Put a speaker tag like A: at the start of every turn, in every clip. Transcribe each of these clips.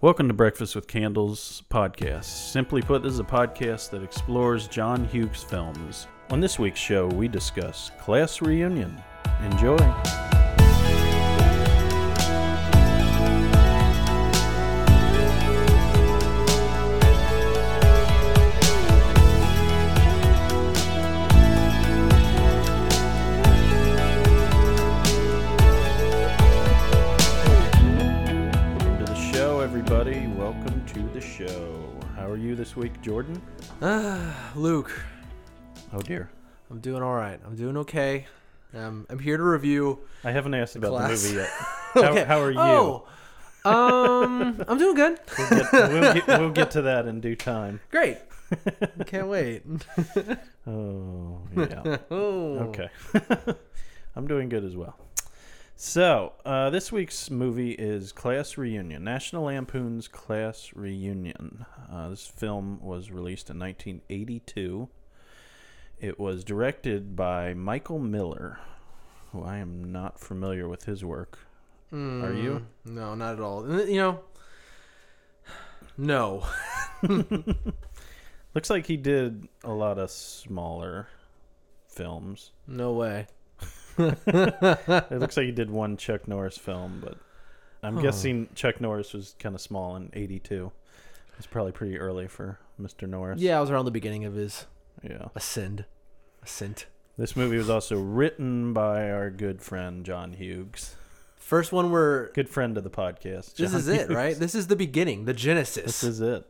A: Welcome to Breakfast with Candles podcast. Simply put, this is a podcast that explores John Hughes films. On this week's show, we discuss Class Reunion. Enjoy. Welcome to the show, everybody. Welcome to the show. How are you this week, Jordan?
B: Ah, Luke,
A: Oh dear.
B: I'm doing all right. I'm doing okay. Um, I'm here to review.
A: I haven't asked about
B: Class.
A: the movie yet. How,
B: Okay.
A: how are you?
B: Oh, um, I'm doing good.
A: We'll, get, we'll, get, we'll get to that in due time.
B: Great. Can't wait.
A: Oh, yeah.
B: Oh.
A: Okay. I'm doing good as well. So, uh, this week's movie is Class Reunion, National Lampoon's Class Reunion. Uh, this film was released in 1982. It was directed by Michael Miller, who I am not familiar with his work. Are you?
B: Mm, No, not at all. And, You know, no.
A: Looks like he did a lot of smaller films.
B: No way.
A: It looks like he did one Chuck Norris film, but I'm guessing Chuck Norris was kind of small in '82. It's probably pretty early for Mr. Norris.
B: Yeah, I was around the beginning of his
A: yeah.
B: ascend. Ascent.
A: This movie was also written by our good friend John Hughes,
B: First one where
A: good friend of the podcast.
B: this
A: John
B: is it,
A: Hughes.
B: right? This is the beginning, the genesis.
A: This is it.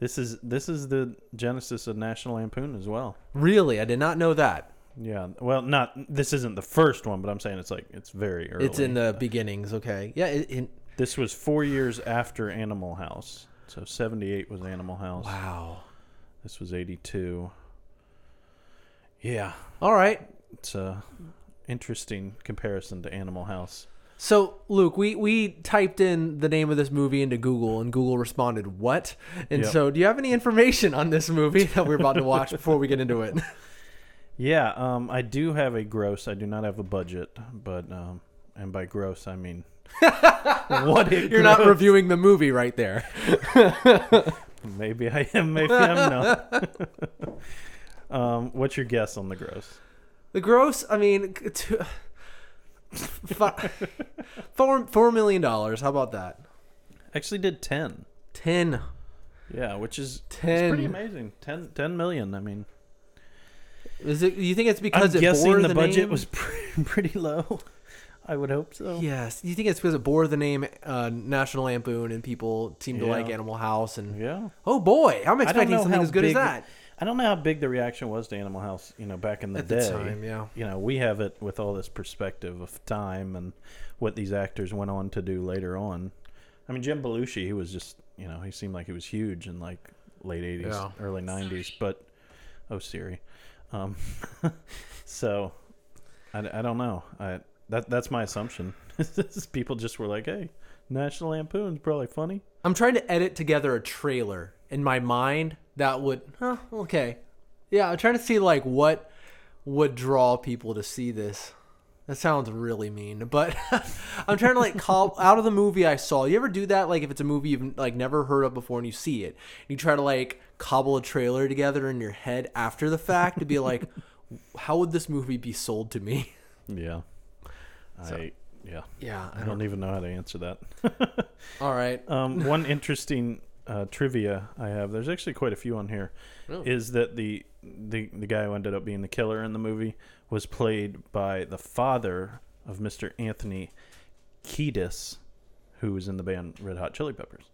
A: This is this is the genesis of National Lampoon as well.
B: really, I did not know that.
A: Yeah. Well, not this isn't the first one, but I'm saying it's like it's very early.
B: It's in the beginnings. Okay. Yeah. It, it,
A: This was four years after Animal House. So '78 was Animal House.
B: wow.
A: This was 82. Yeah,
B: All right.
A: it's a interesting comparison to Animal House.
B: So, Luke, we, we typed in the name of this movie into Google, and Google responded, What? And
A: Yep.
B: so, do you have any information on this movie that we're about to watch before we get into it?
A: Yeah, um, I do have a gross. I do not have a budget, but um, and by gross I mean what it
B: You're not
A: grossed.
B: reviewing the movie right there.
A: Maybe I am. Maybe I'm not. um, what's your guess on the gross?
B: The gross, I mean, c- t- fi- four, $4 million. dollars. How about that?
A: Actually, did ten.
B: 10.
A: Yeah, which is it's
B: 10.
A: pretty amazing. 10, 10 million. I mean,
B: Is it, you think it's because
A: I'm
B: it bore
A: guessing the,
B: the
A: budget
B: name?
A: was pre- pretty low. I would hope so.
B: Yes. You think it's because it bore the name uh, National Lampoon and people seem to
A: Yeah.
B: like Animal House and
A: yeah.
B: Oh boy,
A: I
B: I'm
A: don't
B: expecting
A: know
B: something
A: how
B: as good
A: big-
B: as that.
A: I don't know how big the reaction was to Animal House, you know, back in the
B: At the
A: day.
B: time, yeah.
A: You know, we have it with all this perspective of time and what these actors went on to do later on. I mean, Jim Belushi, he was just, you know, he seemed like he was huge in like late 80s,
B: Yeah.
A: early 90s, but oh Siri. Um so I, I don't know. I that that's my assumption. People just were like, "Hey, National Lampoon's probably funny."
B: I'm trying to edit together a trailer in my mind that would. Huh, okay, yeah, I'm trying to see like what would draw people to see this. That sounds really mean, but I'm trying to like call out of the movie I saw. You ever do that? Like if it's a movie you've like never heard of before and you see it, you try to like cobble a trailer together in your head after the fact to be like, how would this movie be sold to me?
A: Yeah. I yeah.
B: Yeah,
A: I don't even know how to answer that.
B: All right.
A: um, one interesting uh, trivia I have. There's actually quite a few on here. Is
B: Oh.
A: that the, the the guy who ended up being the killer in the movie was played by the father of Mr. Anthony Kiedis, who was in the band Red Hot Chili Peppers.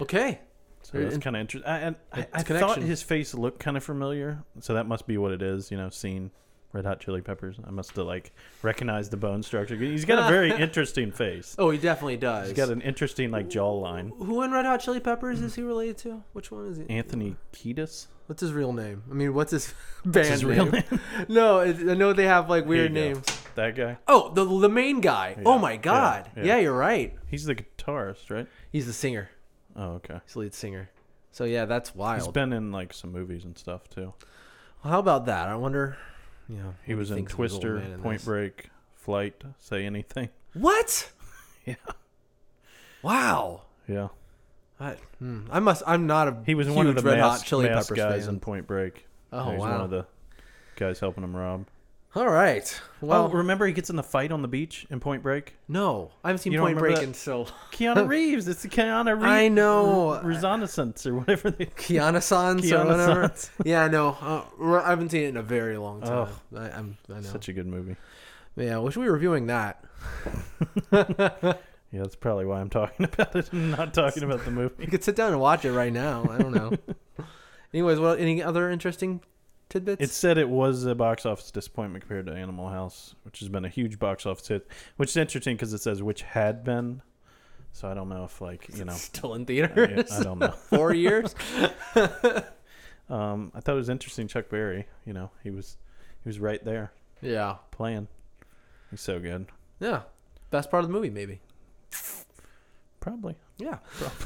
B: Okay.
A: So that's
B: In-
A: kind of interesting. I, and I,
B: It's
A: I thought
B: connection.
A: his face looked kind of familiar, so that must be what it is. You know, seeing Red Hot Chili Peppers, I must have like recognized the bone structure. He's got a very interesting face.
B: Oh, he definitely does.
A: He's got an interesting like jawline.
B: Who in Red Hot Chili Peppers is he related to? Which one is he?
A: Anthony Kiedis.
B: What's his real name? I mean, what's his band
A: his real
B: name? no, it, I know they have like
A: Here you
B: weird
A: go.
B: names.
A: That guy.
B: Oh, the the main guy.
A: Yeah,
B: Oh my
A: yeah,
B: God.
A: yeah.
B: Yeah, you're right.
A: He's the guitarist, right?
B: He's the singer.
A: Oh, okay.
B: He's the lead singer. So yeah, that's
A: He's
B: wild.
A: been in like some movies and stuff too.
B: How about that? I wonder. Yeah,
A: He was in
B: thinks of his old
A: Twister,
B: man in
A: Point
B: this.
A: Break, Flight, Say Anything.
B: What?
A: Yeah.
B: Wow.
A: Yeah.
B: I, hmm, I must. I'm not a.
A: He was one of the
B: huge Red
A: mask,
B: Hot Chili
A: mask
B: Peppers
A: guys
B: fan.
A: in Point Break.
B: Oh,
A: he was one
B: wow.
A: of the guys helping him rob.
B: All right. Well,
A: Well, remember he gets in the fight on the beach in Point Break?
B: no, I haven't seen
A: You don't
B: Point
A: remember that?
B: Break in so.
A: Keanu Reeves. It's the Keanu Reeves.
B: I know.
A: Renaissance or whatever. They,
B: Kiana Sans or
A: Keanu
B: whatever.
A: Sans.
B: Yeah, I know. Uh, re- I haven't seen it in a very long time. I, I'm, I know.
A: such a good movie.
B: yeah, I wish we were reviewing that.
A: Yeah, that's probably why I'm talking about it and not talking about the
B: You
A: movie.
B: could sit down and watch it right now. I don't know. Anyways, what any other interesting tidbits?
A: It said it was a box office disappointment compared to Animal House, which has been a huge box office hit, which is interesting because it says which had been. So I don't know if, like, you know,
B: still in
A: I,
B: theaters.
A: I don't know.
B: Four years.
A: Um, I thought it was interesting. Chuck Berry, you know, he was he was right there
B: Yeah.
A: playing. He's so good.
B: Yeah. Best part of the movie, maybe.
A: Probably.
B: Yeah.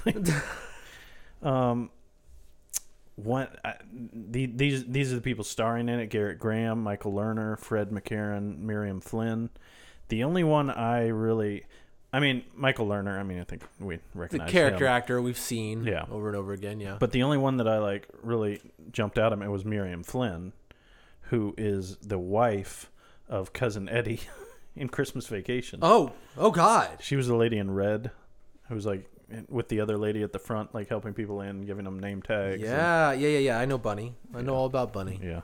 A: probably. um, one I, the, these these are the people starring in it: Garrett Graham, Michael Lerner, Fred McCarran, Miriam Flynn. The only one I really, I mean, Michael Lerner. I mean, I think we
B: The
A: recognize
B: character
A: him.
B: actor we've seen
A: Yeah.
B: over and over again. Yeah.
A: But the only one that I like really jumped out at me was Miriam Flynn, who is the wife of cousin Eddie in Christmas Vacation.
B: oh, oh God.
A: She was the lady in red, who was like with the other lady at the front, like helping people in, giving them name tags. and-
B: Yeah, yeah, yeah, yeah. I know Bunny. I know all about Bunny.
A: yeah.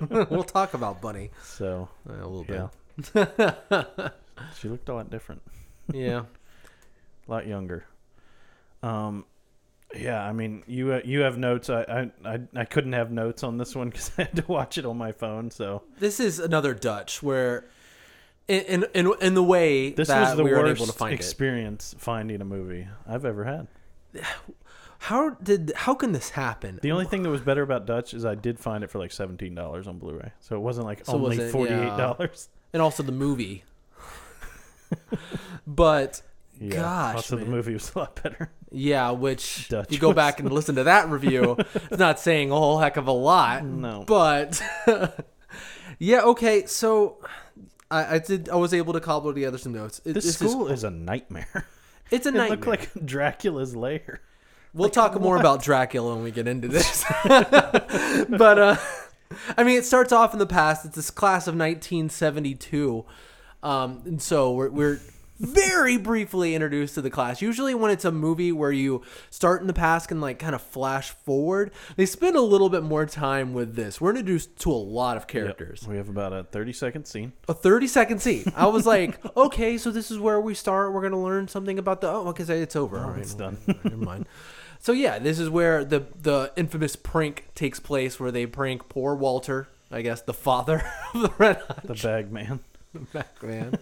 B: we'll talk about Bunny
A: So
B: uh, a little
A: yeah,
B: bit.
A: she looked a lot different,
B: Yeah.
A: a lot younger. Um, yeah. I mean, you uh, you have notes. I I I, I couldn't have notes on this one because I had to watch it on my phone. So
B: This is another Dutch where, in in in, in the way
A: this
B: that
A: was the
B: we were
A: worst
B: able to find it.
A: experience finding a movie I've ever had.
B: How did how can this happen?
A: The only thing that was better about Dutch is I did find it for like seventeen dollars on Blu-ray, so it wasn't like
B: So was
A: only
B: it-
A: forty eight dollars.
B: and also the movie. but
A: Yeah.
B: gosh,
A: also the
B: man.
A: movie was a lot better.
B: yeah, which
A: Dutch
B: you go
A: was-
B: back and listen to that review. it's not saying a whole heck of a lot.
A: No.
B: but yeah, okay. So I, I did. I was able to cobble together some notes. It,
A: This,
B: this is-
A: school is, a nightmare.
B: it's a
A: It
B: nightmare.
A: looked like Dracula's lair.
B: We'll talk more about Dracula when we get into this. but uh, I mean, it starts off in the past. It's this class of 1972, um, and so we're, we're very briefly introduced to the class. Usually, when it's a movie where you start in the past and like kind of flash forward, they spend a little bit more time with this. We're introduced to a lot of characters
A: We have about a thirty second scene.
B: a 30 second scene. I was like, okay, so this is where we start. We're going to learn something about the. Oh, because it's over. All right,
A: it's
B: well,
A: done.
B: Never mind. So, yeah, this is where the, the infamous prank takes place where they prank poor Walter, I guess, the father of the Red Hot
A: The bag man.
B: Bag Man.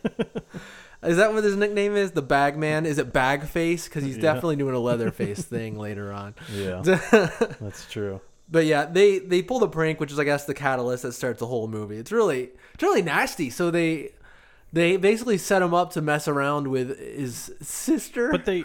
B: is that what his nickname is? The Bag Man? Is it Bag Face? Because he's
A: Yeah.
B: definitely doing a leather face thing later on.
A: Yeah, that's true.
B: But yeah, they they pull the prank, which is I guess the catalyst that starts the whole movie. It's really it's really nasty. So they they basically set him up to mess around with his sister.
A: But they,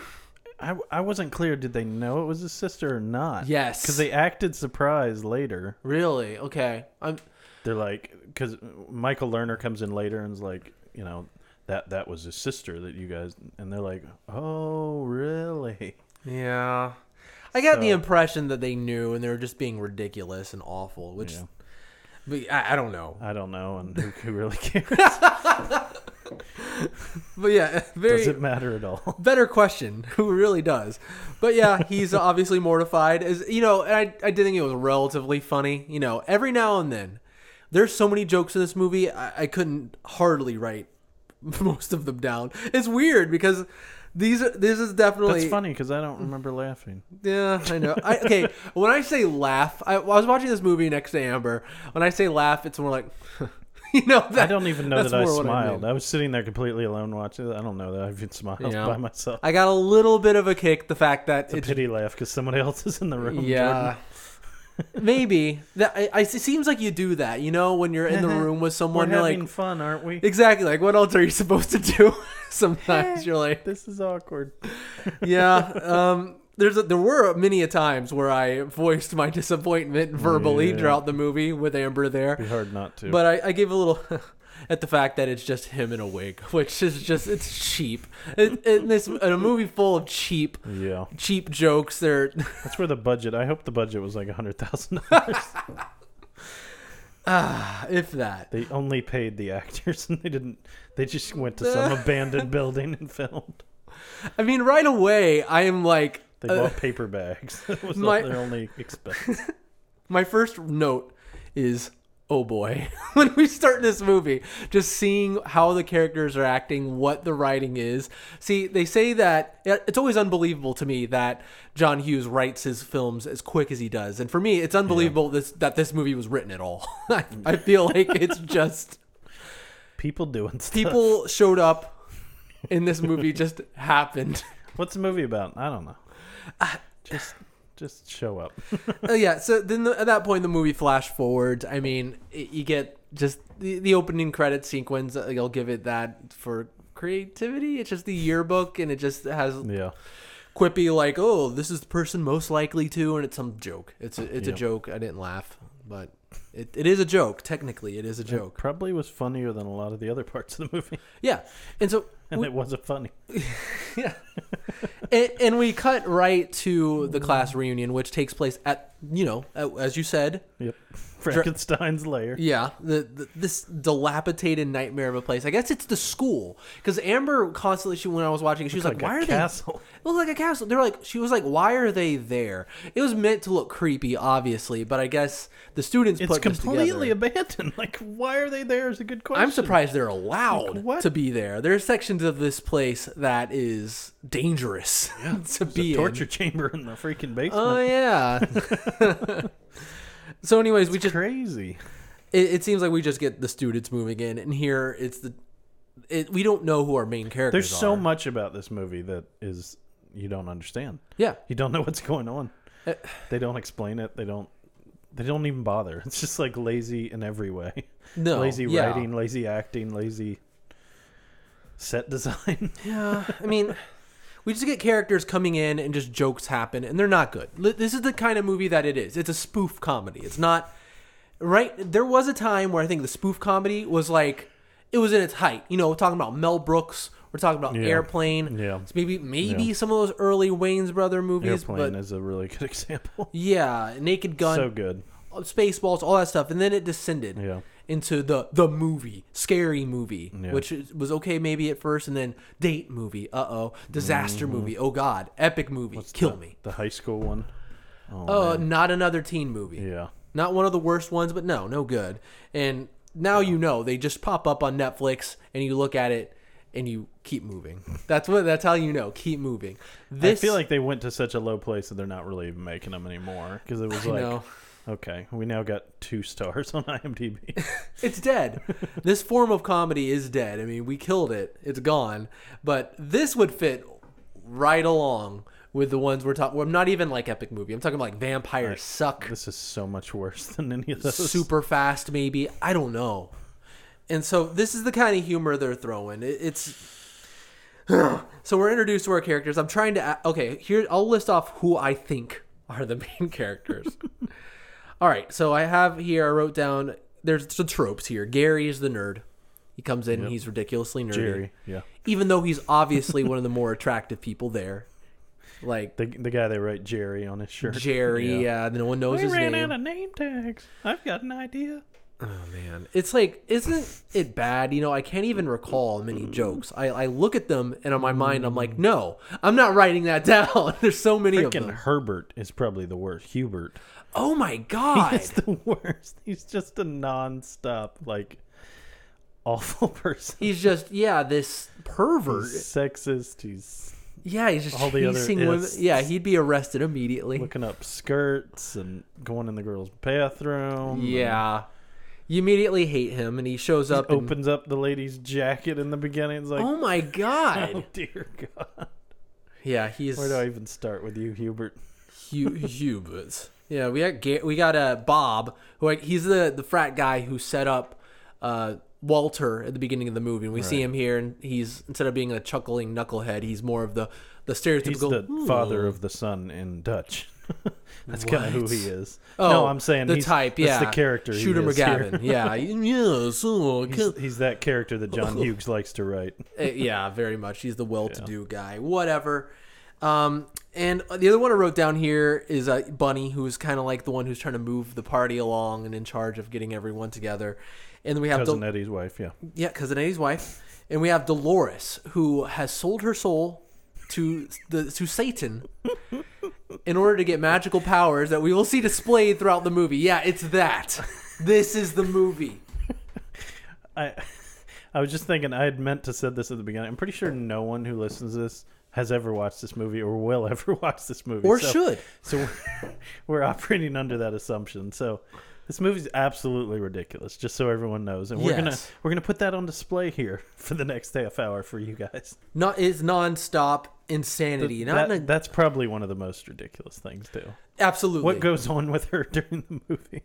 A: I, I wasn't clear. Did they know it was his sister or not?
B: Yes.
A: because they acted surprised later.
B: really, okay, I'm
A: They're like, because Michael Lerner comes in later and is like, you know, that that was his sister that you guys, and they're like, oh really?
B: yeah. I got the
A: So-
B: impression that they knew and they were just being ridiculous and awful, which
A: Yeah.
B: but I, I don't know.
A: I don't know, and who, who really cares?
B: But yeah, very
A: Does it matter at all?
B: better question who really does but yeah he's obviously mortified as you know and I, I did think it was relatively funny you know every now and then there's so many jokes in this movie i, I couldn't hardly write most of them down it's weird because these are this is definitely
A: That's funny because I don't remember laughing.
B: yeah, I know. I, okay, when I say laugh, I, I was watching this movie next to Amber. When I say laugh, it's more like, you know, that,
A: I don't even know
B: that's
A: that I
B: more what mean.
A: smiled. I, was sitting there completely alone watching it. I don't know that I even smiled
B: Yeah.
A: by myself.
B: I got a little bit of a kick the fact that
A: It's
B: it
A: a pity laugh because somebody else is in the room.
B: Yeah. Maybe that I, I- it seems like you do that, you know, when you're in the room with
A: We're
B: someone, you're
A: having
B: like,
A: fun, aren't we?
B: exactly, like what else are you supposed to do? Sometimes you're like,
A: This is awkward.
B: yeah. Um, there's a, there were many a times where I voiced my disappointment verbally
A: Yeah.
B: throughout the movie with Amber there,
A: Be hard not to.
B: but I, I gave a little. at the fact that it's just him in a wig, which is just it's cheap. It, in this in a movie full of cheap
A: Yeah,
B: cheap jokes, they're
A: that's where the budget. I hope the budget was like a hundred thousand dollars.
B: ah if that.
A: They only paid the actors, and they didn't. They just went to some abandoned building and filmed.
B: I mean, right away I am like
A: They
B: uh,
A: bought paper bags. That was
B: my-
A: all their only expense.
B: my first note is oh boy when we start this movie just seeing how the characters are acting what the writing is see they say that it's always unbelievable to me that john hughes writes his films as quick as he does and for me it's unbelievable this, that this movie was written at all I, I feel like it's just
A: People doing stuff.
B: people showed up in this movie just happened
A: What's the movie about? I don't know. Just, just show up.
B: Uh, yeah. So then the, at that point, the movie flash forwards. I mean, it, you get just the, the opening credit sequence. uh, You'll give it that for creativity. It's just the yearbook, and it just has
A: Yeah.
B: quippy like, "Oh, this is the person most likely to," and it's some joke. It's a, it's
A: Yeah.
B: a joke. I didn't laugh, but it, it is a joke. Technically, it is a joke.
A: Probably was funnier than a lot of the other parts of the movie,
B: Yeah. And so
A: and
B: we-
A: it wasn't funny.
B: yeah. and, and we cut right to the class reunion, which takes place at you know, at, as you said,
A: Yep. Frankenstein's lair.
B: Yeah, the, the this dilapidated nightmare of a place. I guess it's the school because Amber constantly she when I was watching she was like,
A: like a
B: why are
A: castle."
B: they? It looked like a castle. They're like she was like, why are they there? It was meant to look creepy, obviously, but I guess the students
A: It's
B: put this
A: completely
B: together.
A: abandoned. Like, why are they there? Is a good question.
B: I'm surprised they're allowed
A: Like, what?
B: to be there. There are sections of this place that is dangerous to be
A: The
B: in.
A: torture chamber in the freaking basement.
B: Oh yeah. so, anyways, we just
A: Crazy.
B: it, it seems like we just get the students moving in, and here it's the it, we don't know who our main characters
A: There's so
B: are.
A: much about this movie that is you don't understand.
B: yeah.
A: You don't know what's going on.
B: Uh,
A: They don't explain it. They don't. They don't even bother. It's just like lazy in every way.
B: No,
A: lazy
B: yeah.
A: writing, lazy acting, lazy set design.
B: Yeah, I mean, we just get characters coming in and just jokes happen, and they're not good. Li- This is the kind of movie that it is. It's a spoof comedy. It's not right. There was a time where I think the spoof comedy was like it was in its height. You know, we're talking about Mel Brooks. We're talking about
A: Yeah.
B: Airplane.
A: Yeah.
B: It's maybe maybe
A: Yeah.
B: some of those early Wayne's brother movies,
A: Airplane
B: but
A: is a really good example.
B: yeah, Naked Gun.
A: So good.
B: uh, Spaceballs, all that stuff, and then it descended
A: Yeah.
B: into the the movie, scary movie,
A: Yeah.
B: which is- was okay maybe at first, and then date movie, uh oh, disaster
A: Mm-hmm.
B: movie, oh god, epic movie, kill me,
A: The high school one.
B: oh not another teen movie,
A: Yeah.
B: not one of the worst ones, but no, no good. And now you know they just pop up on Netflix, and you look at it, and you keep moving. That's what that's how you know keep moving. This
A: I feel like they went to such a low place that they're not really even making them anymore because it was like,
B: know.
A: okay, we now got two stars on IMDb.
B: It's dead. this form of comedy is dead. I mean, we killed it. It's gone. But this would fit right along with the ones we're talking. Well, not even like epic movie. I'm talking like vampire suck,
A: this is so much worse than any of those.
B: super fast maybe. I don't know. And so this is the kind of humor they're throwing. It, it's so we're introduced to our characters. I'm trying to a- okay. Here I'll list off who I think are the main characters. All right, so I have here. I wrote down. There's the tropes here. Gary is the nerd. He comes in and he's ridiculously nerdy,
A: Jerry, yeah.
B: even though he's obviously one of the more attractive people there. Like
A: The, the guy they write Jerry on his shirt.
B: Jerry, yeah, no one knows
A: I
B: his
A: ran
B: name.
A: out of name tags. I've got an idea.
B: Oh man, it's like isn't it bad? You know, I can't even recall many jokes. I, I look at them and on my mind, I'm like, no, I'm not writing that down. There's so many of
A: Freaking
B: them.
A: Herbert is probably the worst. Hubert.
B: Oh my god,
A: It's the worst. He's just a non-stop, like, awful person.
B: he's just yeah, this pervert.
A: He's sexist. He's
B: Yeah, he's just
A: All the other
B: chasing women.
A: ists.
B: Yeah, he'd be arrested immediately.
A: looking up skirts and going in the girls' bathroom.
B: Yeah, you immediately hate him, and he shows up. and-
A: opens up the lady's jacket in the beginning. It's like,
B: oh my
A: oh
B: god.
A: dear God,
B: Yeah, he's
A: where do I even start with you, Hubert?
B: Hu- Hubert. Yeah, we got Ga- we got uh, Bob, who I, he's the the frat guy who set up uh, Walter at the beginning of the movie. And we see him here, and he's instead of being a chuckling knucklehead, he's more of the the stereotypical "Hmm."
A: He's the father of the son in Dutch. That's kind of who
B: What?
A: he is.
B: Oh,
A: no, I'm saying
B: the
A: he's,
B: type,
A: that's
B: yeah,
A: the character. he
B: Shooter
A: is here.
B: McGavin, yeah, yeah, so
A: He's, he's that character that John Hughes likes to write.
B: Uh, yeah, very much. He's the well-to-do guy. Whatever. Um, and the other one I wrote down here is uh, Bunny, who's kind of like the one who's trying to move the party along and in charge of getting everyone together. And then we have
A: Cousin
B: Del-
A: Eddie's wife. Yeah.
B: yeah, cousin Eddie's wife, and we have Dolores, who has sold her soul to the to Satan in order to get magical powers that we will see displayed throughout the movie. Yeah, it's that. This is the movie.
A: I I was just thinking I had meant to said this at the beginning. I'm pretty sure no one who listens to this has ever watched this movie or will ever watch this movie
B: Or
A: So-
B: should.
A: So we're, we're operating under that assumption. So this movie's absolutely ridiculous. Just so everyone knows, and we're gonna
B: Yes.
A: we're gonna put that on display here for the next half hour for you guys.
B: Not it's nonstop insanity. Not
A: That-
B: in a,
A: that's probably one of the most ridiculous things too.
B: absolutely.
A: What goes on with her during the movie?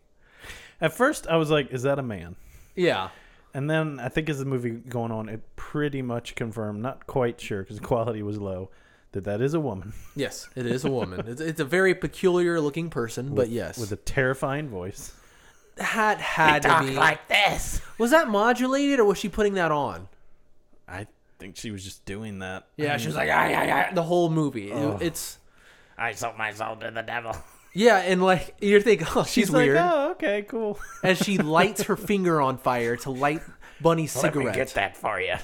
A: At first, I was like, "Is that a man?"
B: yeah.
A: And then I think as the movie going on, it pretty much confirmed, not quite sure because the quality was low, that that is a woman
B: Yes, it is a woman. it's, it's a very peculiar looking person, but yes,
A: with a terrifying voice.
B: hat had to be like this. Was that modulated or was she putting that on?
A: I think she was just doing that.
B: Yeah, she was like, yeah, yeah, yeah, the whole movie. It- it's
C: I sold my soul to the devil.
B: yeah, and like you're thinking, oh, she's,
A: She's like,
B: weird,
A: oh, okay, cool.
B: and she lights her finger on fire to light Bunny's
C: Let me get
B: cigarette.
C: that for you.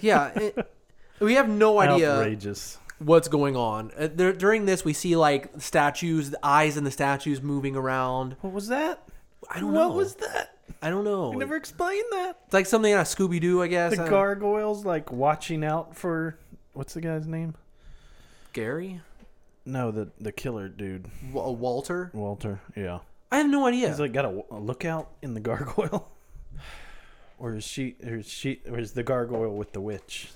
B: Yeah, it- we have no idea.
A: Outrageous.
B: what's going on. Uh, there, during this, we see like statues, the eyes in the statues moving around.
A: What was that?
B: I don't know.
A: What was that?
B: I don't know.
A: You never explained that.
B: It's like something out of Scooby Doo, I guess. Uh,
A: The
B: I don't-
A: gargoyles like watching out for what's the guy's name?
B: Gary,
A: No, the the killer dude,
B: W- Walter.
A: Walter. Yeah,
B: I have no idea.
A: he's like got a, a lookout in the gargoyle, or is she? Or is she? Or is the gargoyle with the witch?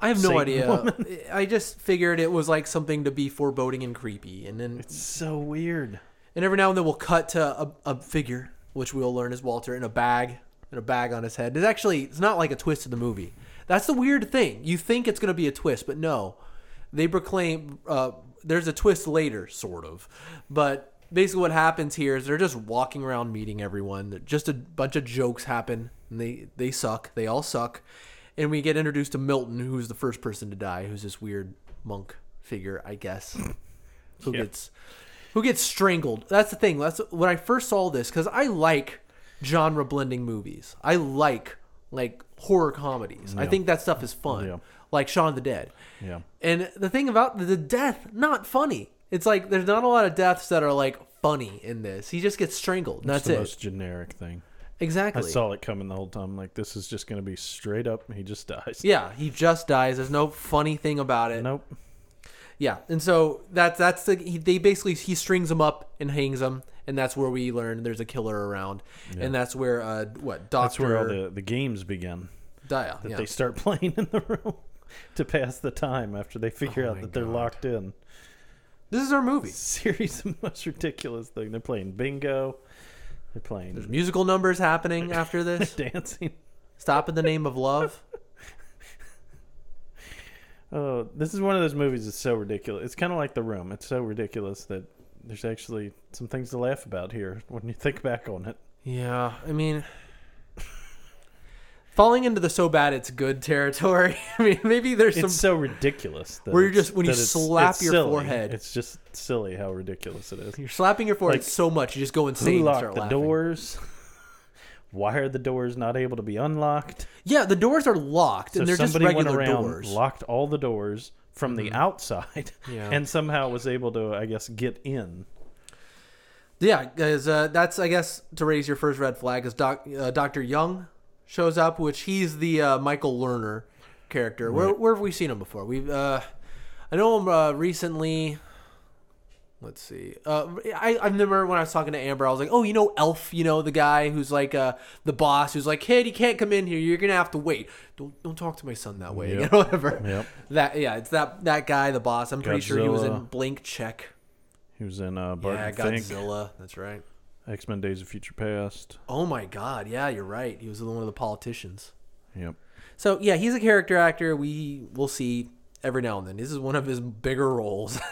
B: I have no
A: Satan
B: idea. I just figured it was like something to be foreboding and creepy, and then
A: So weird.
B: and every now and then we'll cut to a, a figure, which we'll learn is Walter in a bag, in a bag on his head. It's actually it's not like a twist of the movie. That's the weird thing. You think it's gonna be a twist, but no. They proclaim uh, there's a twist later, sort of. But basically, what happens here is they're just walking around meeting everyone. They're- Just a bunch of jokes happen, and they they suck. They all suck, and we get introduced to Milton, who's the first person to die, who's this weird monk figure, I guess, who gets who gets strangled. That's the thing. That's when I first saw this because I like genre blending movies. I like like horror comedies. I think that stuff is fun.
A: Yeah.
B: Like Shaun of the Dead.
A: Yeah.
B: And the thing about the death, not funny. It's like there's not a lot of deaths that are like funny in this. He just gets strangled. That's
A: It's the
B: it.
A: most generic thing.
B: exactly.
A: I saw it coming the whole time. Like this is just gonna be straight up. He just dies.
B: Yeah, he just dies. There's no funny thing about it.
A: Nope.
B: Yeah, and so that's that's the he, they basically he strings him up and hangs him, and that's where we learn there's a killer around, and that's where uh what doctor
A: That's where all the the games begin.
B: Dia, yeah.
A: They start playing in the room to pass the time after they figure
B: Oh
A: out that they're locked in.
B: this is our movie.
A: Series of most ridiculous thing. They're playing bingo. They're playing
B: Musical numbers happening after this.
A: dancing.
B: Stop in the name of love.
A: Oh, this is one of those movies that's so ridiculous. It's kind of like The Room. It's so ridiculous that there's actually some things to laugh about here when you think back on it.
B: Yeah, I mean, falling into the so bad it's good territory. I mean, maybe there's some
A: It's so ridiculous. That
B: Where you
A: it's-
B: just- when you
A: that it's-
B: slap
A: it's
B: your
A: silly.
B: forehead.
A: It's just silly how ridiculous it is.
B: you're slapping your forehead
A: like,
B: so much you just go insane.
A: Who
B: and
A: locked
B: start
A: the
B: laughing.
A: doors? Why are the doors not able to be unlocked?
B: Yeah, the doors are locked,
A: So
B: and they're just
A: somebody went
B: regular
A: around,
B: doors. Mm-hmm.
A: locked all the doors from the outside,
B: Yeah.
A: and somehow was able to, I guess, get in.
B: Yeah, because uh, that's I guess to raise your first red flag is Doc uh, Doctor Young shows up, which he's the uh, Michael Lerner character. Where, where have we seen him before? We've uh, I know him uh, recently. Let's see. Uh, I, I remember when I was talking to Amber, I was like, "Oh, you know Elf, you know the guy who's like uh, the boss, who's like, kid, you can't come in here. You're gonna have to wait. Don't don't talk to my son that way. You know, whatever.
A: Yep.
B: That yeah, it's that that guy, the boss. I'm pretty sure he was in
A: Godzilla.
B: Blink Check.
A: He was in uh,
B: Yeah,
A: Barton Fink,
B: Godzilla. That's right.
A: X Men: Days of Future Past.
B: Oh my God! Yeah, you're right. He was one of the politicians.
A: Yep.
B: So yeah, he's a character actor. We will see every now and then. This is one of his bigger roles.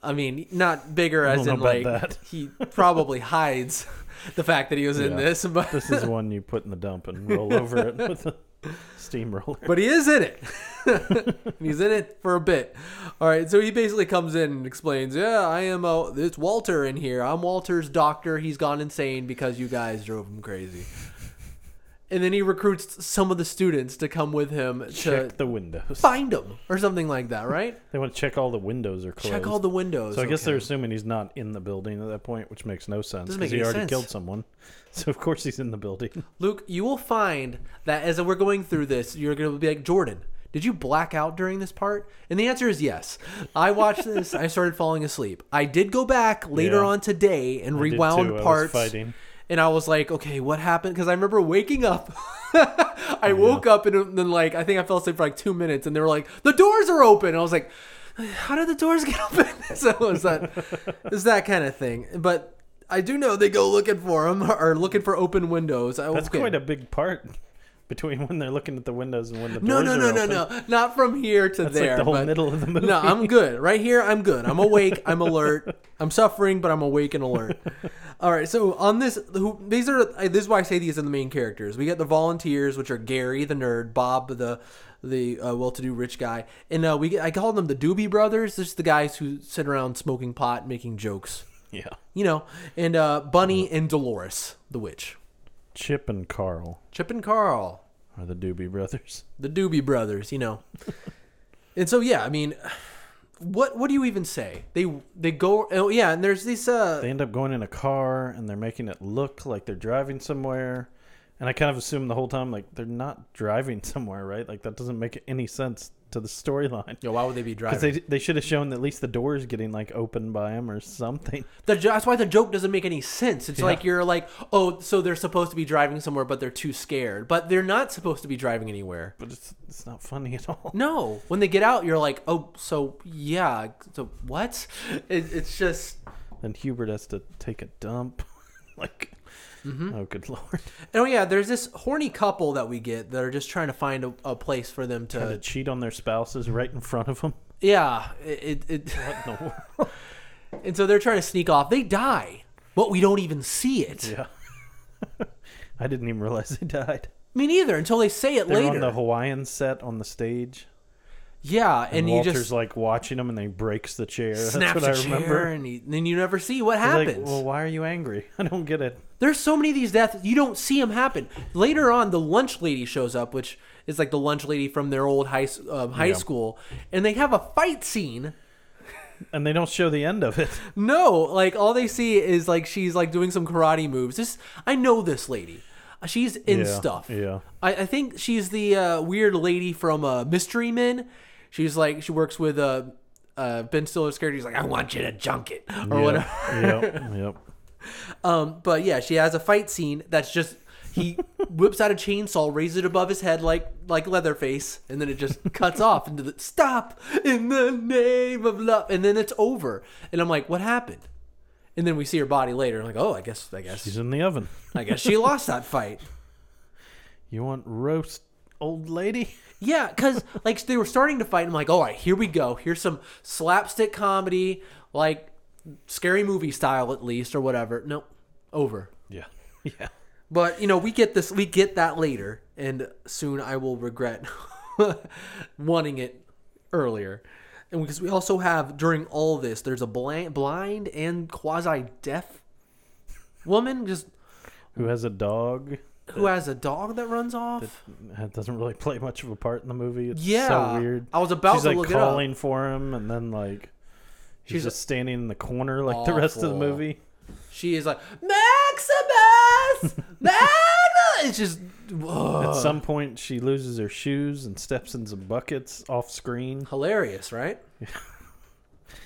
B: I mean, not bigger as
A: don't
B: in
A: know about
B: like
A: that.
B: he probably hides the fact that he was in
A: Yeah.
B: this, but
A: This is one you put in the dump and roll over it with a steamroller.
B: but uh, he is in it. And He's in it for a bit. All right, so he basically comes in and explains, "Yeah, I am. Uh, it's Walter in here. I'm Walter's doctor. He's gone insane because you guys drove him crazy." And then he recruits some of the students to come with him to
A: Check the windows.
B: find him or something like that, right?
A: They want to check all the windows are closed.
B: Check all the windows.
A: so I guess
B: okay.
A: they're assuming he's not in the building at that point, which makes no sense
B: Doesn't
A: because
B: make
A: he
B: any
A: already
B: sense.
A: killed someone. So of course he's in the building.
B: Luke, you will find that as we're going through this, you're going to be like, Jordan, did you black out during this part? And the answer is yes. I watched this. I started falling asleep. I did go back later
A: Yeah.
B: on today and
A: did
B: rewound
A: too. I was
B: parts.
A: fighting.
B: And I was like, okay, what happened? Because I remember waking up. I woke up and then, like, I think I fell asleep for like two minutes, and they were like, the doors are open. I was like, how did the doors get open? so it was that, it's that kind of thing. But I do know they go looking for them or looking for open windows.
A: That's quite a big part between when they're looking at the windows and when the
B: No,
A: doors
B: no,
A: are
B: no, no,
A: open.
B: no. Not from here to
A: like
B: there.
A: the whole
B: but-
A: middle of the movie.
B: No, I'm good. Right here, I'm good. I'm awake. I'm alert. I'm suffering, but I'm awake and alert. All right. So on this, who, these are uh, this is why I say these are the main characters. We got the volunteers, which are Gary the nerd, Bob the the uh, well-to-do rich guy, and uh, we get, I call them the Doobie Brothers. Just the guys who sit around smoking pot, making jokes,
A: Yeah.
B: you know, and uh, Bunny and Dolores the witch,
A: Chip and Carl
B: Chip and Carl.
A: are the Doobie Brothers.
B: the Doobie Brothers, you know. and so yeah, I mean, what what do you even say? They they go oh yeah, and there's this uh
A: They end up going in a car and they're making it look like they're driving somewhere. And I kind of assumed the whole time like they're not driving somewhere, right? Like that doesn't make any sense to the storyline.
B: yo, why would they be driving?
A: Because they, they should have shown at least the doors getting like opened by him or something.
B: The jo- that's why the joke doesn't make any sense. It's
A: Yeah.
B: like you're like, oh, so they're supposed to be driving somewhere, but they're too scared. But they're not supposed to be driving anywhere.
A: But it's it's not funny at all.
B: No, when they get out, you're like, oh, so yeah, so what? It, it's just,
A: And Hubert has to take a dump. like,
B: Mm-hmm.
A: oh good lord,
B: oh yeah, there's this horny couple that we get that are just trying to find a, a place for them
A: had to
B: to,
A: cheat on their spouses right in front of him.
B: yeah, it, it, it
A: What in the world?
B: And so they're trying to sneak off. They die, but we don't even see it.
A: Yeah. I didn't even realize they died.
B: Me neither until they say it
A: They were
B: later.
A: on the Hawaiian set on the stage.
B: yeah, and,
A: And,
B: you
A: Walter's
B: just
A: like watching them and then he breaks the chair. That's
B: snaps
A: what
B: a
A: I
B: chair,
A: remember.
B: and he- then you never see what
A: He's
B: happens.
A: Like, well, why are you angry? I don't get it.
B: There's so many of these deaths you don't see them happen. Later on, the lunch lady shows up, which is like the lunch lady from their old high s- um, high
A: Yeah.
B: school, and they have a fight scene.
A: And they don't show the end of it.
B: No, like all they see is like she's like doing some karate moves. This I know this lady. She's in
A: Yeah,
B: stuff.
A: yeah.
B: I, I think she's the uh, weird lady from uh, Mystery Men. She's like she works with uh, uh, Ben Stiller's character. He's like, I want you to junk it or whatever.
A: yep, yep.
B: Um, but yeah, she has a fight scene that's just he whips out a chainsaw, raises it above his head like like Leatherface, and then it just cuts off into the stop in the name of love, and then it's over. And I'm like, what happened? And then we see her body later. and I'm like, oh, I guess, I guess,
A: He's in the oven.
B: I guess she lost that fight.
A: You want roast, old lady?
B: Yeah, because like they were starting to fight. I'm like, all right, here we go. Here's some slapstick comedy, like scary movie style at least, or whatever. Nope, over.
A: Yeah, yeah.
B: But you know, we get this, we get that later, and soon I will regret wanting it earlier. And because we also have during all this, there's a blind, blind and quasi deaf woman just
A: Who has a dog?
B: who has a dog that runs off.
A: That doesn't really play much of a part in the movie. It's
B: yeah,
A: so weird.
B: I was about
A: She's
B: to
A: like
B: look it
A: calling for him, and then like he's
B: She's
A: just standing in the corner like the rest of the
B: awful.
A: movie.
B: up. She is like Maximus, Magnus. It's just ugh.
A: At some point, she loses her shoes and steps in some buckets off screen,
B: hilarious, right?
A: and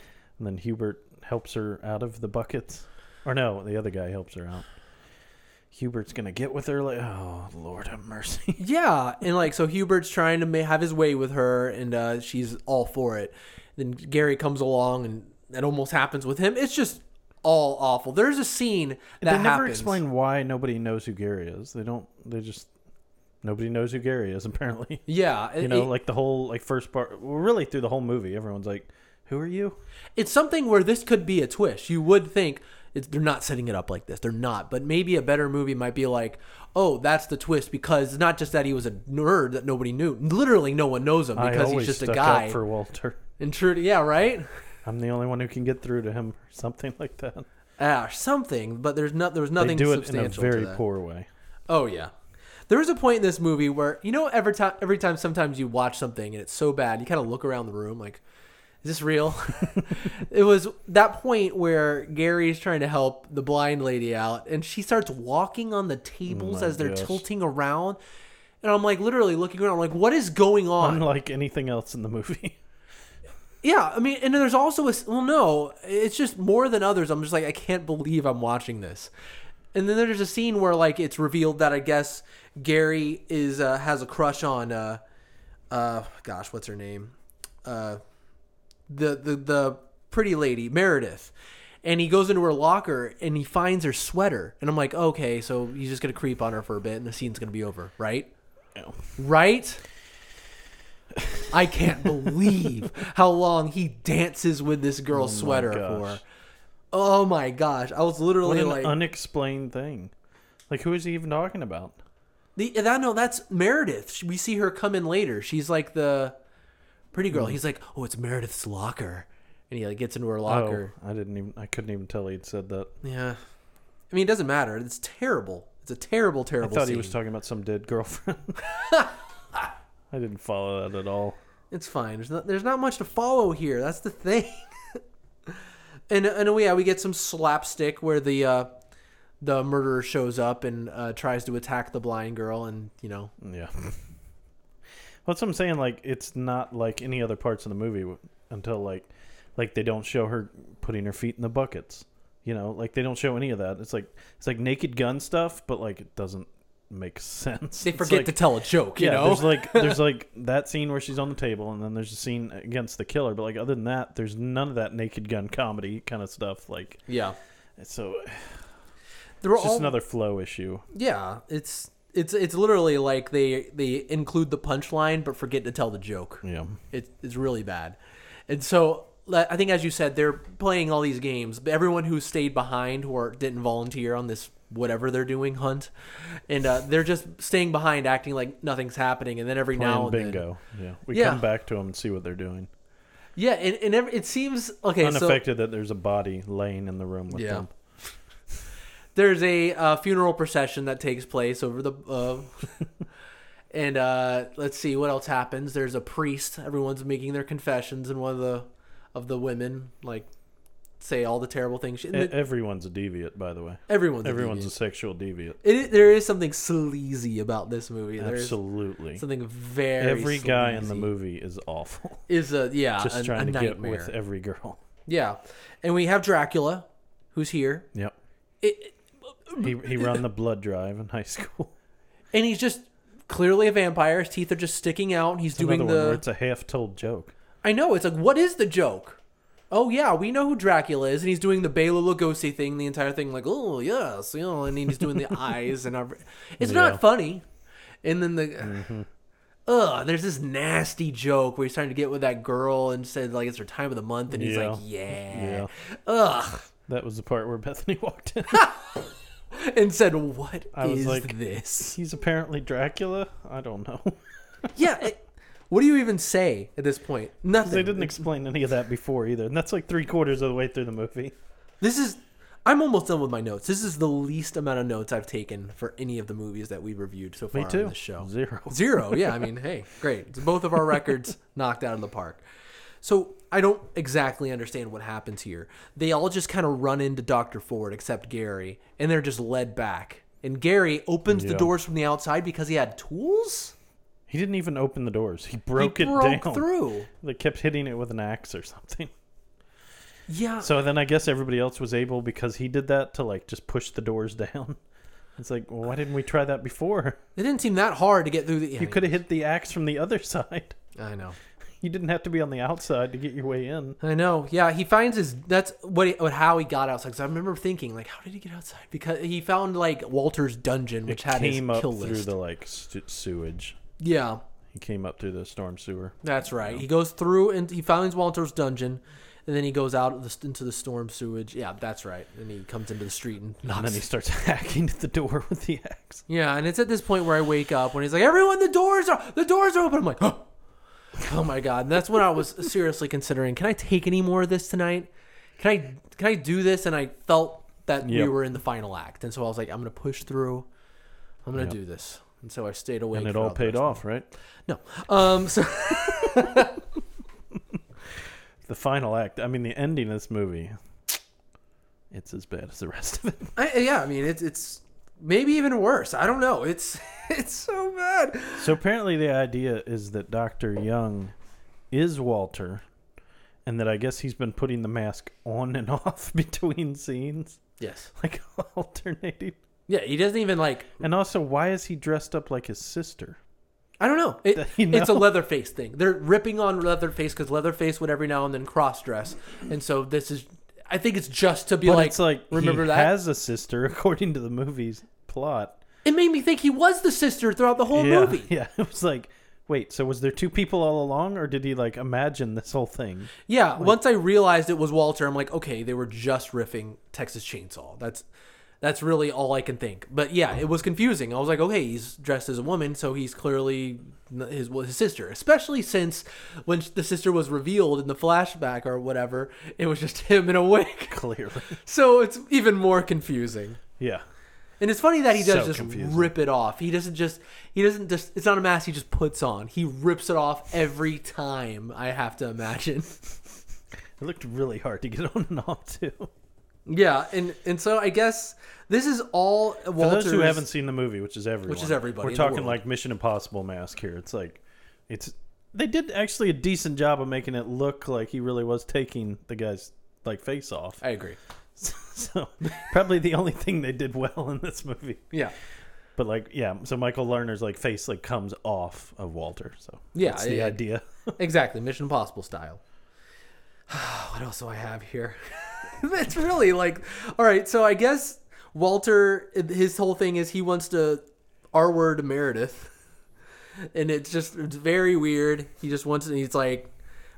A: then Hubert helps her out of the buckets. Or no, the other guy helps her out. Hubert's gonna get with her. Like, oh Lord have mercy.
B: Yeah, and like so Hubert's trying to ma- have his way with her, and uh, she's all for it. Then Gary comes along, and that almost happens with him. It's just all awful. There's a scene that
A: they never
B: happens.
A: explain why nobody knows who Gary is. They don't. They just nobody knows who Gary is. Apparently,
B: Yeah,
A: you know, like the whole like first part. Well, really through the whole movie, everyone's like, Who are you?
B: It's something where this could be a twist. You would think it's, they're not setting it up like this. They're not. But maybe a better movie might be like, oh, that's the twist because it's not just that he was a nerd that nobody knew. Literally, no one knows him
A: I
B: because he's
A: always
B: just a
A: stuck
B: guy.
A: up for Walter.
B: And true, yeah, right.
A: I'm the only one who can get through to him, or something like that.
B: Ah, something. But there's not. There was
A: They
B: nothing
A: do it in a
B: substantial.
A: very
B: to that.
A: poor way.
B: Oh yeah. There was a point in this movie where you know every time every time sometimes you watch something and it's so bad you kind of look around the room like is this real? it was that point where Gary's trying to help the blind lady out and she starts walking on the tables
A: Oh my
B: as they're
A: gosh.
B: tilting around and I'm like literally looking around I'm like what is going on?
A: Unlike anything else in the movie.
B: Yeah, I mean, and there's also a s- well, no, it's just more than others. I'm just like, I can't believe I'm watching this. And then there's a scene where like it's revealed that I guess Gary is uh, has a crush on uh, uh, gosh, what's her name? Uh, the the the pretty lady Meredith. And he goes into her locker and he finds her sweater. And I'm like, okay, so he's just gonna creep on her for a bit, and the scene's gonna be over, right?
A: No.
B: Right? I can't believe how long he dances with this girl's sweater
A: gosh.
B: for. Oh my gosh. I was literally
A: What an
B: like
A: unexplained thing. Like, who is he even talking about?
B: the that no, that's Meredith. She- We see her come in later. She's like the pretty girl.
A: Hmm.
B: He's like, "Oh, it's Meredith's locker." And he like gets into her locker.
A: Oh, I didn't even. I couldn't even tell he'd said that.
B: Yeah. I mean, it doesn't matter. It's terrible. It's a terrible
A: I
B: terrible
A: thought
B: scene.
A: he was talking about some dead girlfriend. I didn't follow that at all.
B: It's fine. There's not, there's not much to follow here. That's the thing. and and oh, yeah, we get some slapstick where the uh, the murderer shows up and uh, tries to attack the blind girl, and you know,
A: Yeah. That's what I'm saying. Like, it's not like any other parts of the movie w- until like, like they don't show her putting her feet in the buckets. You know, like they don't show any of that. It's like it's like Naked Gun stuff, but like it doesn't make sense.
B: they
A: It's
B: forget
A: like-
B: to tell a joke.
A: yeah,
B: you know,
A: there's like there's like that scene where she's on the table, and then there's a scene against the killer. But like other than that, there's none of that Naked Gun comedy kind of stuff. Like,
B: yeah,
A: so it's
B: there were
A: just
B: all
A: another flow issue.
B: yeah. It's it's it's literally like they they include the punchline but forget to tell the joke.
A: Yeah.
B: It, it's really bad. And so le- I think, as you said, they're playing all these games. But Everyone who stayed behind or didn't volunteer on this whatever they're doing hunt, and uh, they're just staying behind, acting like nothing's happening. And then every now
A: Playing
B: and then,
A: bingo. Yeah. We
B: Yeah.
A: come back to them and see what they're doing.
B: yeah, and, and every, it seems okay. So
A: unaffected that there's a body laying in the room with
B: Yeah.
A: them.
B: there's a uh, funeral procession that takes place over the uh, and uh, let's see what else happens there's a priest everyone's making their confessions and one of the of the women like say all the terrible things she, and
A: E-
B: the-
A: Everyone's a deviant, by the way.
B: everyone's a
A: Everyone's
B: deviant.
A: a sexual deviant.
B: It, is- there is something sleazy about this movie. There's
A: Absolutely.
B: something very
A: Every guy in the
B: sleazy.
A: movie is awful.
B: is a yeah,
A: Just
B: a,
A: trying to
B: a
A: get
B: nightmare.
A: with every girl.
B: Yeah, and we have Dracula, who's here,
A: Yep.
B: It-
A: He he run the blood drive in high school.
B: and he's just clearly a vampire. His teeth are just sticking out. And he's doing
A: Another one where
B: the.
A: it's a half-told joke.
B: I know it's like, what is the joke? Oh yeah, we know who Dracula is, and he's doing the Bela Lugosi thing the entire thing. Like, oh yes, you know, and he's doing the eyes and every- it's
A: Yeah.
B: not funny. And then the uh, ugh, there's this nasty joke where he's trying to get with that girl and said like it's her time of the month, and he's
A: Yeah.
B: like, yeah,
A: Yeah.
B: ugh,
A: That was the part where Bethany walked in.
B: and said, what is
A: I was like-
B: this?
A: He's apparently Dracula. I don't know.
B: yeah. It, what do you even say at this point? Nothing.
A: They didn't explain any of that before either. And that's like three quarters of the way through the movie.
B: This is. I'm almost done with my notes. This is the least amount of notes I've taken for any of the movies that we've reviewed so far
A: Me too.
B: on this show.
A: Zero.
B: Zero. Yeah, I mean, hey, great. It's both of our records knocked out of the park. So I don't exactly understand what happens here. They all just kind of run into Dr. Ford except Gary, and they're just led back. And Gary opens the
A: Yeah.
B: doors from the outside because he had tools?
A: He didn't even open the doors. He broke
B: he
A: it
B: broke
A: down.
B: through.
A: They kept hitting it with an axe or something.
B: Yeah.
A: So then I guess everybody else was able because he did that to like just push the doors down. It's like, well, why didn't we try that before?
B: it didn't seem that hard to get through the.
A: You could have hit the axe from the other side.
B: I know.
A: You didn't have to be on the outside to get your way in.
B: I know. Yeah, he finds his. That's what he, what how he got outside. 'Cause I remember thinking, like, how did he get outside? Because he found like Walter's dungeon, which had his
A: Came up
B: kill
A: through
B: list.
A: the like stu- sewage.
B: yeah,
A: He came up through the storm sewer.
B: That's right. He goes through and he finds Walter's dungeon, and then he goes out of the, into the storm sewage. Yeah, that's right. And he comes into the street and
A: And then he
B: knocks.
A: starts hacking at the door with the axe.
B: Yeah, and it's at this point where I wake up when he's like, "Everyone, the doors are the doors are open." I'm like, "Oh, oh my god!" And that's when I was seriously considering, can I take any more of this tonight? Can I can I do this? And I felt that we
A: Yep.
B: were in the final act, and so I was like, "I'm gonna push through. I'm gonna do this." And so I stayed awake.
A: And it all
B: throughout the
A: paid
B: rest
A: off, right?
B: of- No, um, so
A: The final act. I mean, the ending of this movie. It's as bad as the rest of it.
B: I, yeah, I mean it's it's maybe even worse. I don't know. It's it's so bad.
A: So apparently, the idea is that Doctor Young is Walter, and that I guess he's been putting the mask on and off between scenes,
B: Yes.
A: like alternating.
B: Yeah, he doesn't even like.
A: And also, why is he dressed up like his sister?
B: I don't know. It,
A: You know?
B: It's a Leatherface thing. They're ripping on Leatherface because Leatherface would every now and then cross dress, and so this is. I think it's just to be
A: But
B: like,
A: it's like
B: remember
A: he
B: that?
A: has a sister according to the movie's plot.
B: it made me think he was the sister throughout the whole
A: yeah,
B: movie.
A: Yeah, it was like, wait, so was there two people all along, or did he like imagine this whole thing?
B: Yeah, once I realized it was Walter, I'm like, okay, they were just riffing Texas Chainsaw. That's that's really all I can think. But yeah, it was confusing. I was like, okay, he's dressed as a woman, so he's clearly n- his well, his sister. Especially since when sh- the sister was revealed in the flashback or whatever, it was just him in a wig.
A: Clearly,
B: So it's even more confusing.
A: yeah,
B: And it's funny that he does
A: So
B: just
A: confusing.
B: rip it off. He doesn't just he doesn't just it's not a mask he just puts on. He rips it off every time, I have to imagine.
A: it looked really hard to get on and off too.
B: Yeah, and and so I guess this is all
A: For
B: Walter's.
A: those who haven't seen the movie, which is everyone,
B: is everybody
A: we're
B: in the
A: talking
B: world.
A: like Mission Impossible mask here. It's like, it's they did actually a decent job of making it look like he really was taking the guy's like face off.
B: I agree.
A: so probably the only thing they did well in this movie.
B: Yeah,
A: But like, yeah, so Michael Lerner's like face like comes off of Walter. So
B: Yeah,
A: that's the
B: yeah.
A: idea.
B: exactly. Mission Impossible style. what else do I have here? it's really like all right. So I guess Walter, his whole thing is he wants to R word Meredith, and it's just it's very weird. He just wants and he's like.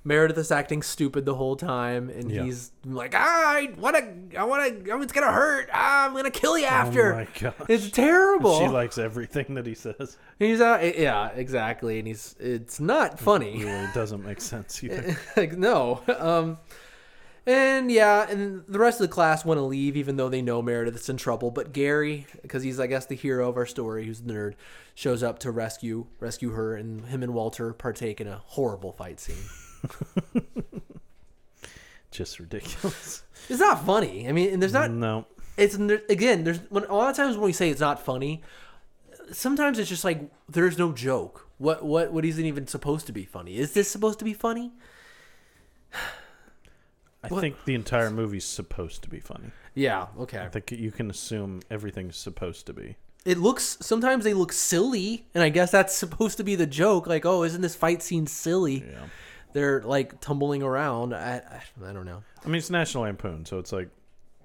B: Meredith is acting stupid the whole time, and
A: Yeah.
B: he's like, ah, "I want to, I want to, I'm it's gonna hurt. Ah, I'm gonna kill you after."
A: Oh my god.
B: It's terrible.
A: She likes everything that he says.
B: He's out. Yeah, exactly. And he's. It's not funny.
A: Really, it doesn't make sense either.
B: like no. Um, and yeah, and the rest of the class want to leave, even though they know Meredith's in trouble. But Gary, because he's I guess the hero of our story, who's the nerd, shows up to rescue rescue her, and him and Walter partake in a horrible fight scene.
A: Just ridiculous.
B: It's not funny. I mean, and there's not.
A: No.
B: It's there- again. There's when a lot of times when we say it's not funny, sometimes it's just like there's no joke. What what what isn't even supposed to be funny? Is this supposed to be funny?
A: I
B: What?
A: think the entire movie's supposed to be funny.
B: Yeah. Okay.
A: I think you can assume everything's supposed to be.
B: It looks sometimes they look silly, and I guess that's supposed to be the joke. Like, oh, isn't this fight scene silly?
A: Yeah.
B: They're like tumbling around. I, I I don't know.
A: I mean, it's National Lampoon, so it's like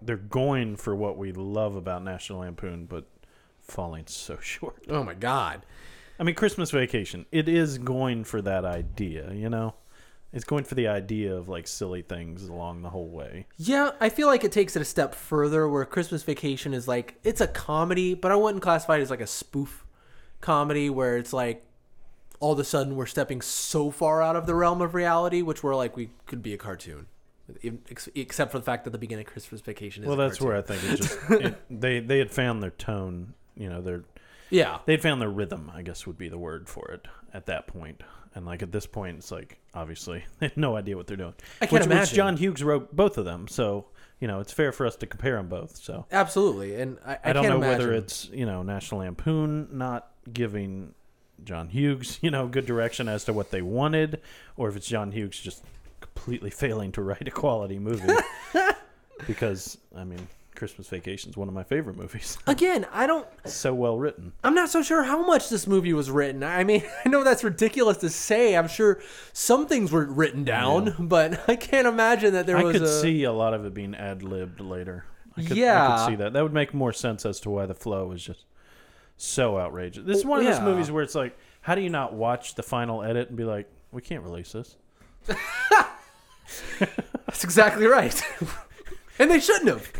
A: they're going for what we love about National Lampoon, but falling so short.
B: Oh my god.
A: I mean, Christmas Vacation, it is going for that idea, you know? It's going for the idea of like silly things along the whole way.
B: Yeah, I feel like it takes it a step further where Christmas Vacation is like it's a comedy, but I wouldn't classify it as like a spoof comedy where it's like all of a sudden we're stepping so far out of the realm of reality, which we're like we could be a cartoon, Ex- except for the fact that the beginning of Christmas Vacation is
A: Well,
B: a
A: that's where I
B: cartoon.
A: think it just it, they they had found their tone, you know, their
B: yeah
A: they'd found their rhythm, I guess would be the word for it at that point. And like at this point, it's like obviously they have no idea what they're doing.
B: I can't
A: which, Which
B: imagine.
A: John Hughes wrote both of them, so you know it's fair for us to compare them both. So
B: absolutely, and I, I,
A: I, don't
B: can't
A: know
B: imagine.
A: whether it's you know National Lampoon not giving John Hughes you know good direction as to what they wanted, or if it's John Hughes just completely failing to write a quality movie. because I mean, Christmas Vacation is one of my favorite movies.
B: again. I don't.
A: It's so well written.
B: I'm not so sure how much this movie was written. I mean, I know that's ridiculous to say. I'm sure some things were written down, but I can't imagine that there
A: I
B: was
A: could
B: a.
A: see a lot of it being ad libbed later. I could, I
B: Yeah.
A: could see that. That would make more sense as to why the flow is just so outrageous. This is one of those
B: Yeah.
A: movies where it's like How do you not watch the final edit and be like, we can't release this?
B: That's exactly right. and they shouldn't have.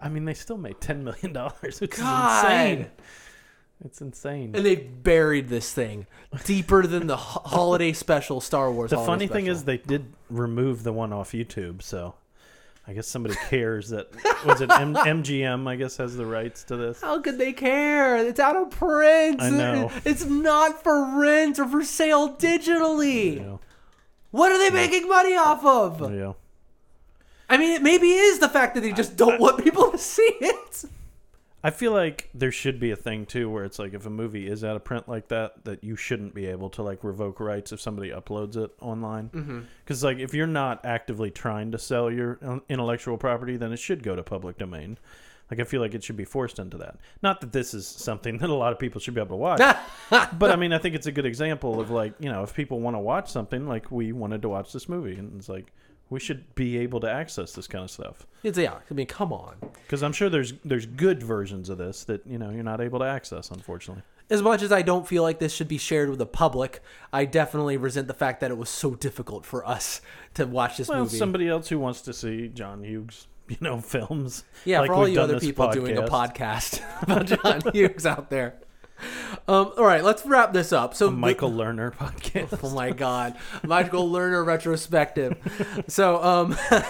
A: I mean, they still made ten million dollars. It's
B: God.
A: insane. It's insane.
B: And they buried this thing deeper than the ho- holiday special Star Wars.
A: the
B: holiday
A: funny thing
B: special.
A: is, they did remove the one off YouTube, so I guess somebody cares that was it M- MGM. I guess has the rights to this.
B: How could they care? It's out of print.
A: I know.
B: It's not for rent or for sale digitally.
A: You know,
B: What are they making money off
A: you
B: of?
A: know.
B: I mean, it maybe is the fact that they just don't want people to see it.
A: I feel like there should be a thing too where it's like if a movie is out of print like that, that you shouldn't be able to like revoke rights if somebody uploads it online. Because like if you're not actively trying to sell your intellectual property, then it should go to public domain. Like I feel like it should be forced into that. Not that this is something that a lot of people should be able to watch, but I mean I think it's a good example of like you know if people want to watch something, like we wanted to watch this movie, and it's like we should be able to access this kind of stuff.
B: It's yeah. I mean, come on.
A: Because I'm sure there's there's good versions of this that you know you're not able to access, unfortunately.
B: As much as I don't feel like this should be shared with the public, I definitely resent the fact that it was so difficult for us to watch this
A: Well,
B: movie.
A: somebody else who wants to see John Hughes, you know, films.
B: Yeah,
A: like
B: for all
A: we've
B: you
A: done
B: other
A: this
B: people doing a podcast about John Hughes out there. Um, all right, let's wrap this up. So
A: Michael Lerner podcast.
B: Oh my god, Michael Lerner retrospective. So um,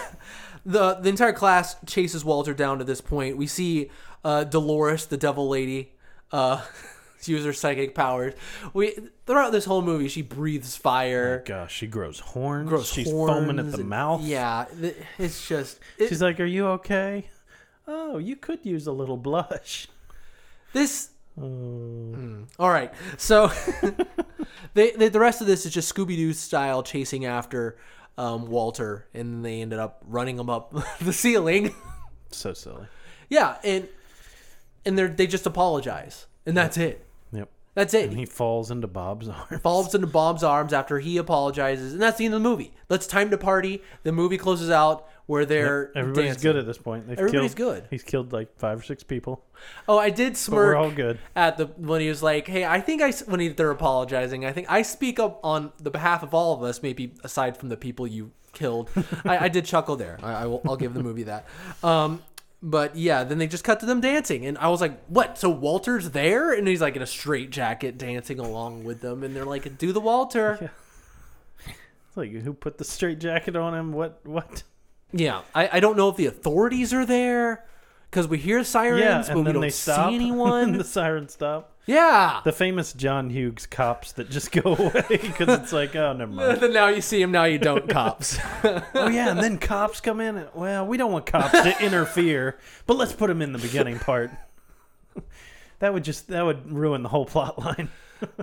B: the the entire class chases Walter down to this point. We see uh, Dolores, the Devil Lady, uh, use her psychic powers. We throughout this whole movie, she breathes fire.
A: Gosh, she grows horns.
B: grows
A: She's
B: horns,
A: foaming at the
B: and-
A: mouth.
B: Yeah, th- it's just it-
A: She's like, "Are you okay? Oh, you could use a little blush."
B: This.
A: Hmm.
B: Mm. All right. So they, they, the rest of this is just Scooby Doo style chasing after um, Walter, and they ended up running him up the ceiling.
A: So silly.
B: yeah, and and they are they just apologize, and that's it.
A: Yep.
B: That's it.
A: And
B: He
A: he falls into Bob's arms.
B: falls into Bob's arms after he apologizes, and that's the end of the movie. That's time to party. The movie closes out where they're
A: Everybody's
B: dancing.
A: good at this point. They've
B: Everybody's
A: killed,
B: good.
A: He's killed like five or six people.
B: Oh, I did
A: But we're
B: smirk.
A: all good.
B: at the when he was like, "Hey, I think I s- when he, they're apologizing, I think I speak up on the behalf of all of us, maybe aside from the people you killed." I, I did chuckle there. I, I will, I'll give the movie that. Um, but yeah, then they just cut to them dancing, and I was like, "What?" So Walter's there, and he's like in a straight jacket dancing along with them, and they're like, "Do the Walter."
A: Yeah. It's like who put the straight jacket on him? What? What?
B: Yeah, I, I don't know if the authorities are there because we hear sirens,
A: Yeah,
B: but
A: and
B: we
A: then
B: don't
A: they
B: see
A: stop.
B: anyone.
A: the sirens stop.
B: yeah.
A: The famous John Hughes cops that just go away because it's like, oh, never mind.
B: then now you see him, now you don't, cops.
A: oh yeah, and then cops come in. And, well, we don't want cops to interfere, but let's put them in the beginning part. that would just that would ruin the whole plot line.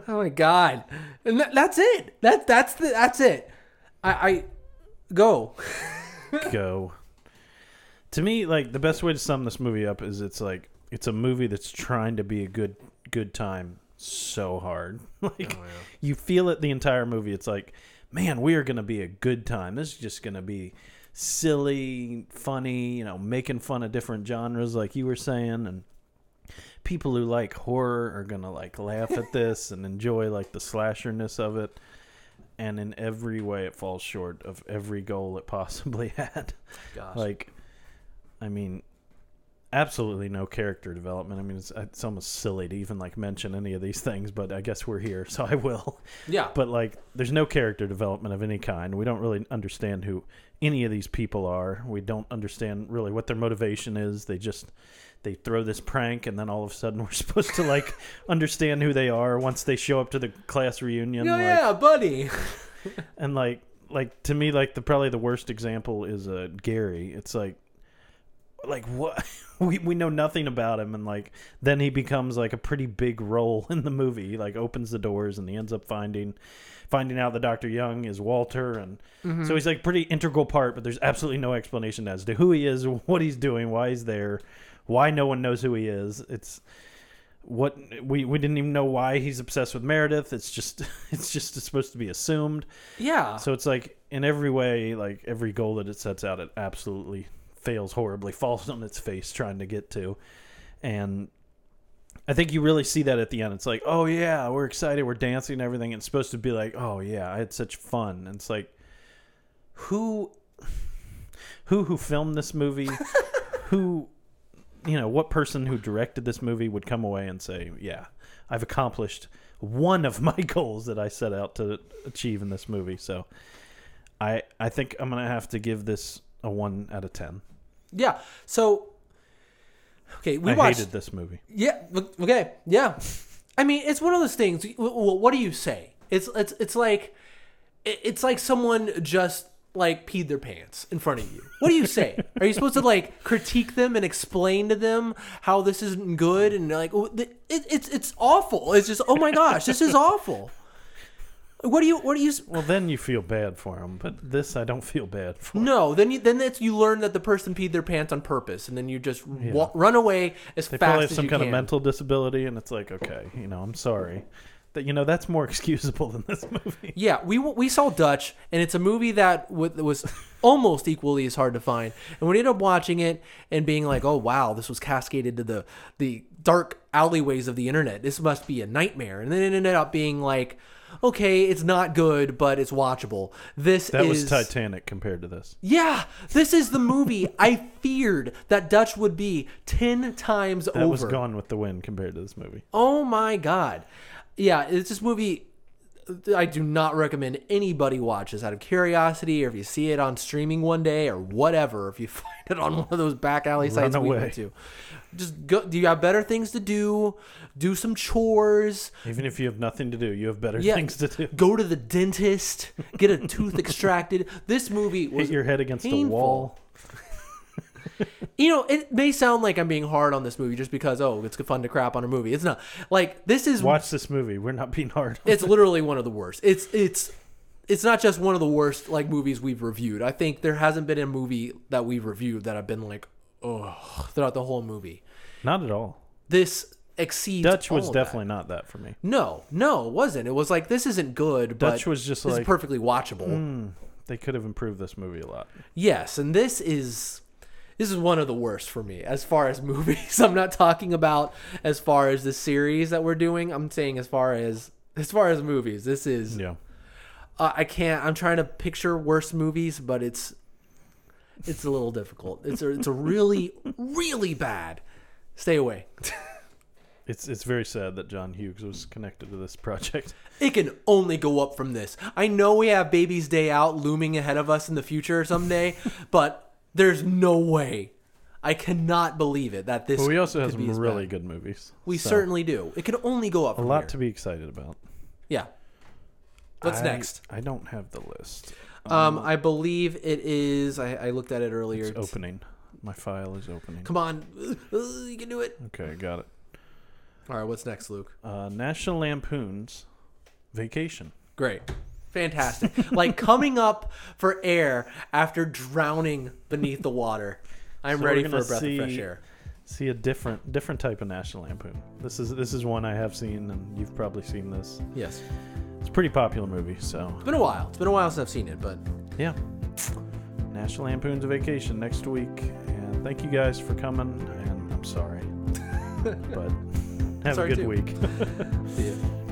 B: Oh my god, and that, that's it. That that's the that's it. I, I go.
A: go. To me, like the best way to sum this movie up is it's like it's a movie that's trying to be a good good time so hard. Like you feel it the entire movie. It's like, man, we are gonna be a good time. This is just gonna be silly, funny, you know, making fun of different genres like you were saying and people who like horror are gonna like laugh at this and enjoy like the slasherness of it and in every way it falls short of every goal it possibly had
B: Gosh.
A: like i mean absolutely no character development i mean it's, it's almost silly to even like mention any of these things but i guess we're here so i will
B: yeah,
A: but like there's no character development of any kind we don't really understand who any of these people are we don't understand really what their motivation is they just they throw this prank and then all of a sudden we're supposed to like understand who they are once they show up to the class reunion
B: yeah,
A: like,
B: yeah, buddy.
A: and like like to me like the probably the worst example is uh gary it's like like what we, we know nothing about him and like then he becomes like a pretty big role in the movie he like opens the doors and he ends up finding finding out that dr young is walter and so he's like pretty integral part but there's absolutely no explanation as to who he is what he's doing why he's there why no one knows who he is it's what we, we didn't even know why he's obsessed with meredith it's just it's just supposed to be assumed
B: Yeah,
A: so it's like in every way, like every goal that it sets out, it absolutely fails horribly, falls on its face trying to get to, and I think you really see that at the end. It's like, oh yeah, we're excited, we're dancing and everything. It's supposed to be like, oh yeah, I had such fun. And it's like, who, who who filmed this movie, who, you know, what person who directed this movie would come away and say, yeah, I've accomplished one of my goals that I set out to achieve in this movie. So, I I think I'm gonna have to give this a one out of ten.
B: Yeah. So, okay, we
A: I
B: watched.
A: hated this movie.
B: Yeah. o- Okay. Yeah. I mean, it's one of those things. w- w- What do you say? It's it's it's like it- it's like someone just like peed their pants in front of you. What do you say? Are you supposed to like critique them and explain to them how this isn't good and like oh, th- it, it's it's awful. It's just oh my gosh, this is awful. What do you what do you s-
A: Well, then you feel bad for him, but this I don't feel bad for.
B: No, then you then it's you learn that the person peed their pants on purpose, and then you just wa- run away as
A: They
B: fast
A: probably have
B: as
A: some
B: you
A: kind
B: can.
A: of mental disability, and it's like, okay, you know, I'm sorry. That you know, that's more excusable than this movie.
B: Yeah, we w- we saw Dutch, and it's a movie that wa- that was almost equally as hard to find, and we ended up watching it and being like, "Oh wow, this was cascaded to the the dark alleyways of the internet. This must be a nightmare." And then it ended up being like, "Okay, it's not good, but it's watchable." This
A: That
B: is
A: was Titanic compared to this.
B: Yeah, this is the movie I feared that Dutch would be ten times
A: That
B: over.
A: was Gone with the Wind compared to this movie.
B: Oh my god. Yeah, it's this movie I do not recommend anybody watches out of curiosity or if you see it on streaming one day or whatever, if you find it on one of those back alley sites we
A: away.
B: went to. Just go do you have better things to do? Do some chores.
A: Even if you have nothing to do, you have better
B: Yeah.
A: things to do.
B: Go to the dentist, get a tooth extracted. This movie was
A: Hit your head against a
B: painful.
A: wall.
B: you know, it may sound like I'm being hard on this movie just because oh, it's fun to crap on a movie. It's not. Like this is
A: Watch this movie. We're not being hard.
B: it's literally one of the worst. It's it's it's not just one of the worst like movies we've reviewed. I think there hasn't been a movie that we've reviewed that I've been like, oh, throughout the whole movie.
A: Not at all.
B: This exceeds.
A: Dutch was
B: all of that.
A: definitely not that for me.
B: no, no, it wasn't. It was like this isn't good. But
A: Dutch was just
B: this is
A: like- hmm.
B: perfectly watchable.
A: They could have improved this movie a lot.
B: Yes, and this is this is one of the worst for me as far as movies. I'm not talking about as far as the series that we're doing. I'm saying as far as as far as movies. This is
A: Yeah.
B: uh, I can't. I'm trying to picture worse movies, but it's it's a little difficult. It's a, it's a really really bad. Stay away.
A: It's it's very sad that John Hughes was connected to this project.
B: It can only go up from this. I know we have Baby's Day Out looming ahead of us in the future someday, but there's no way. I cannot believe it that this.
A: But we also have
B: could be
A: some
B: as
A: really
B: bad.
A: good movies.
B: We
A: so,
B: certainly do. It can only go up.
A: a
B: from
A: lot
B: here.
A: to be excited about.
B: Yeah. What's
A: I-
B: next?
A: I don't have the list.
B: Um, I believe it is. I, I looked at it earlier.
A: It's opening. My file is opening.
B: Come on, you can do it.
A: Okay, got it.
B: All right, what's next, Luke?
A: Uh, National Lampoon's Vacation.
B: Great. Fantastic. like coming up for air after drowning beneath the water. I'm
A: So
B: ready
A: we're
B: for
A: gonna
B: a breath of fresh
A: see-
B: air.
A: See a different different type of National Lampoon. This is this is one I have seen, and you've probably seen this.
B: Yes.
A: It's a pretty popular movie, so
B: It's been a while. It's been a while since I've seen it, but
A: yeah. National Lampoon's Vacation next week, and thank you guys for coming. And I'm sorry, but have
B: Sorry
A: a good
B: too.
A: week.
B: see ya.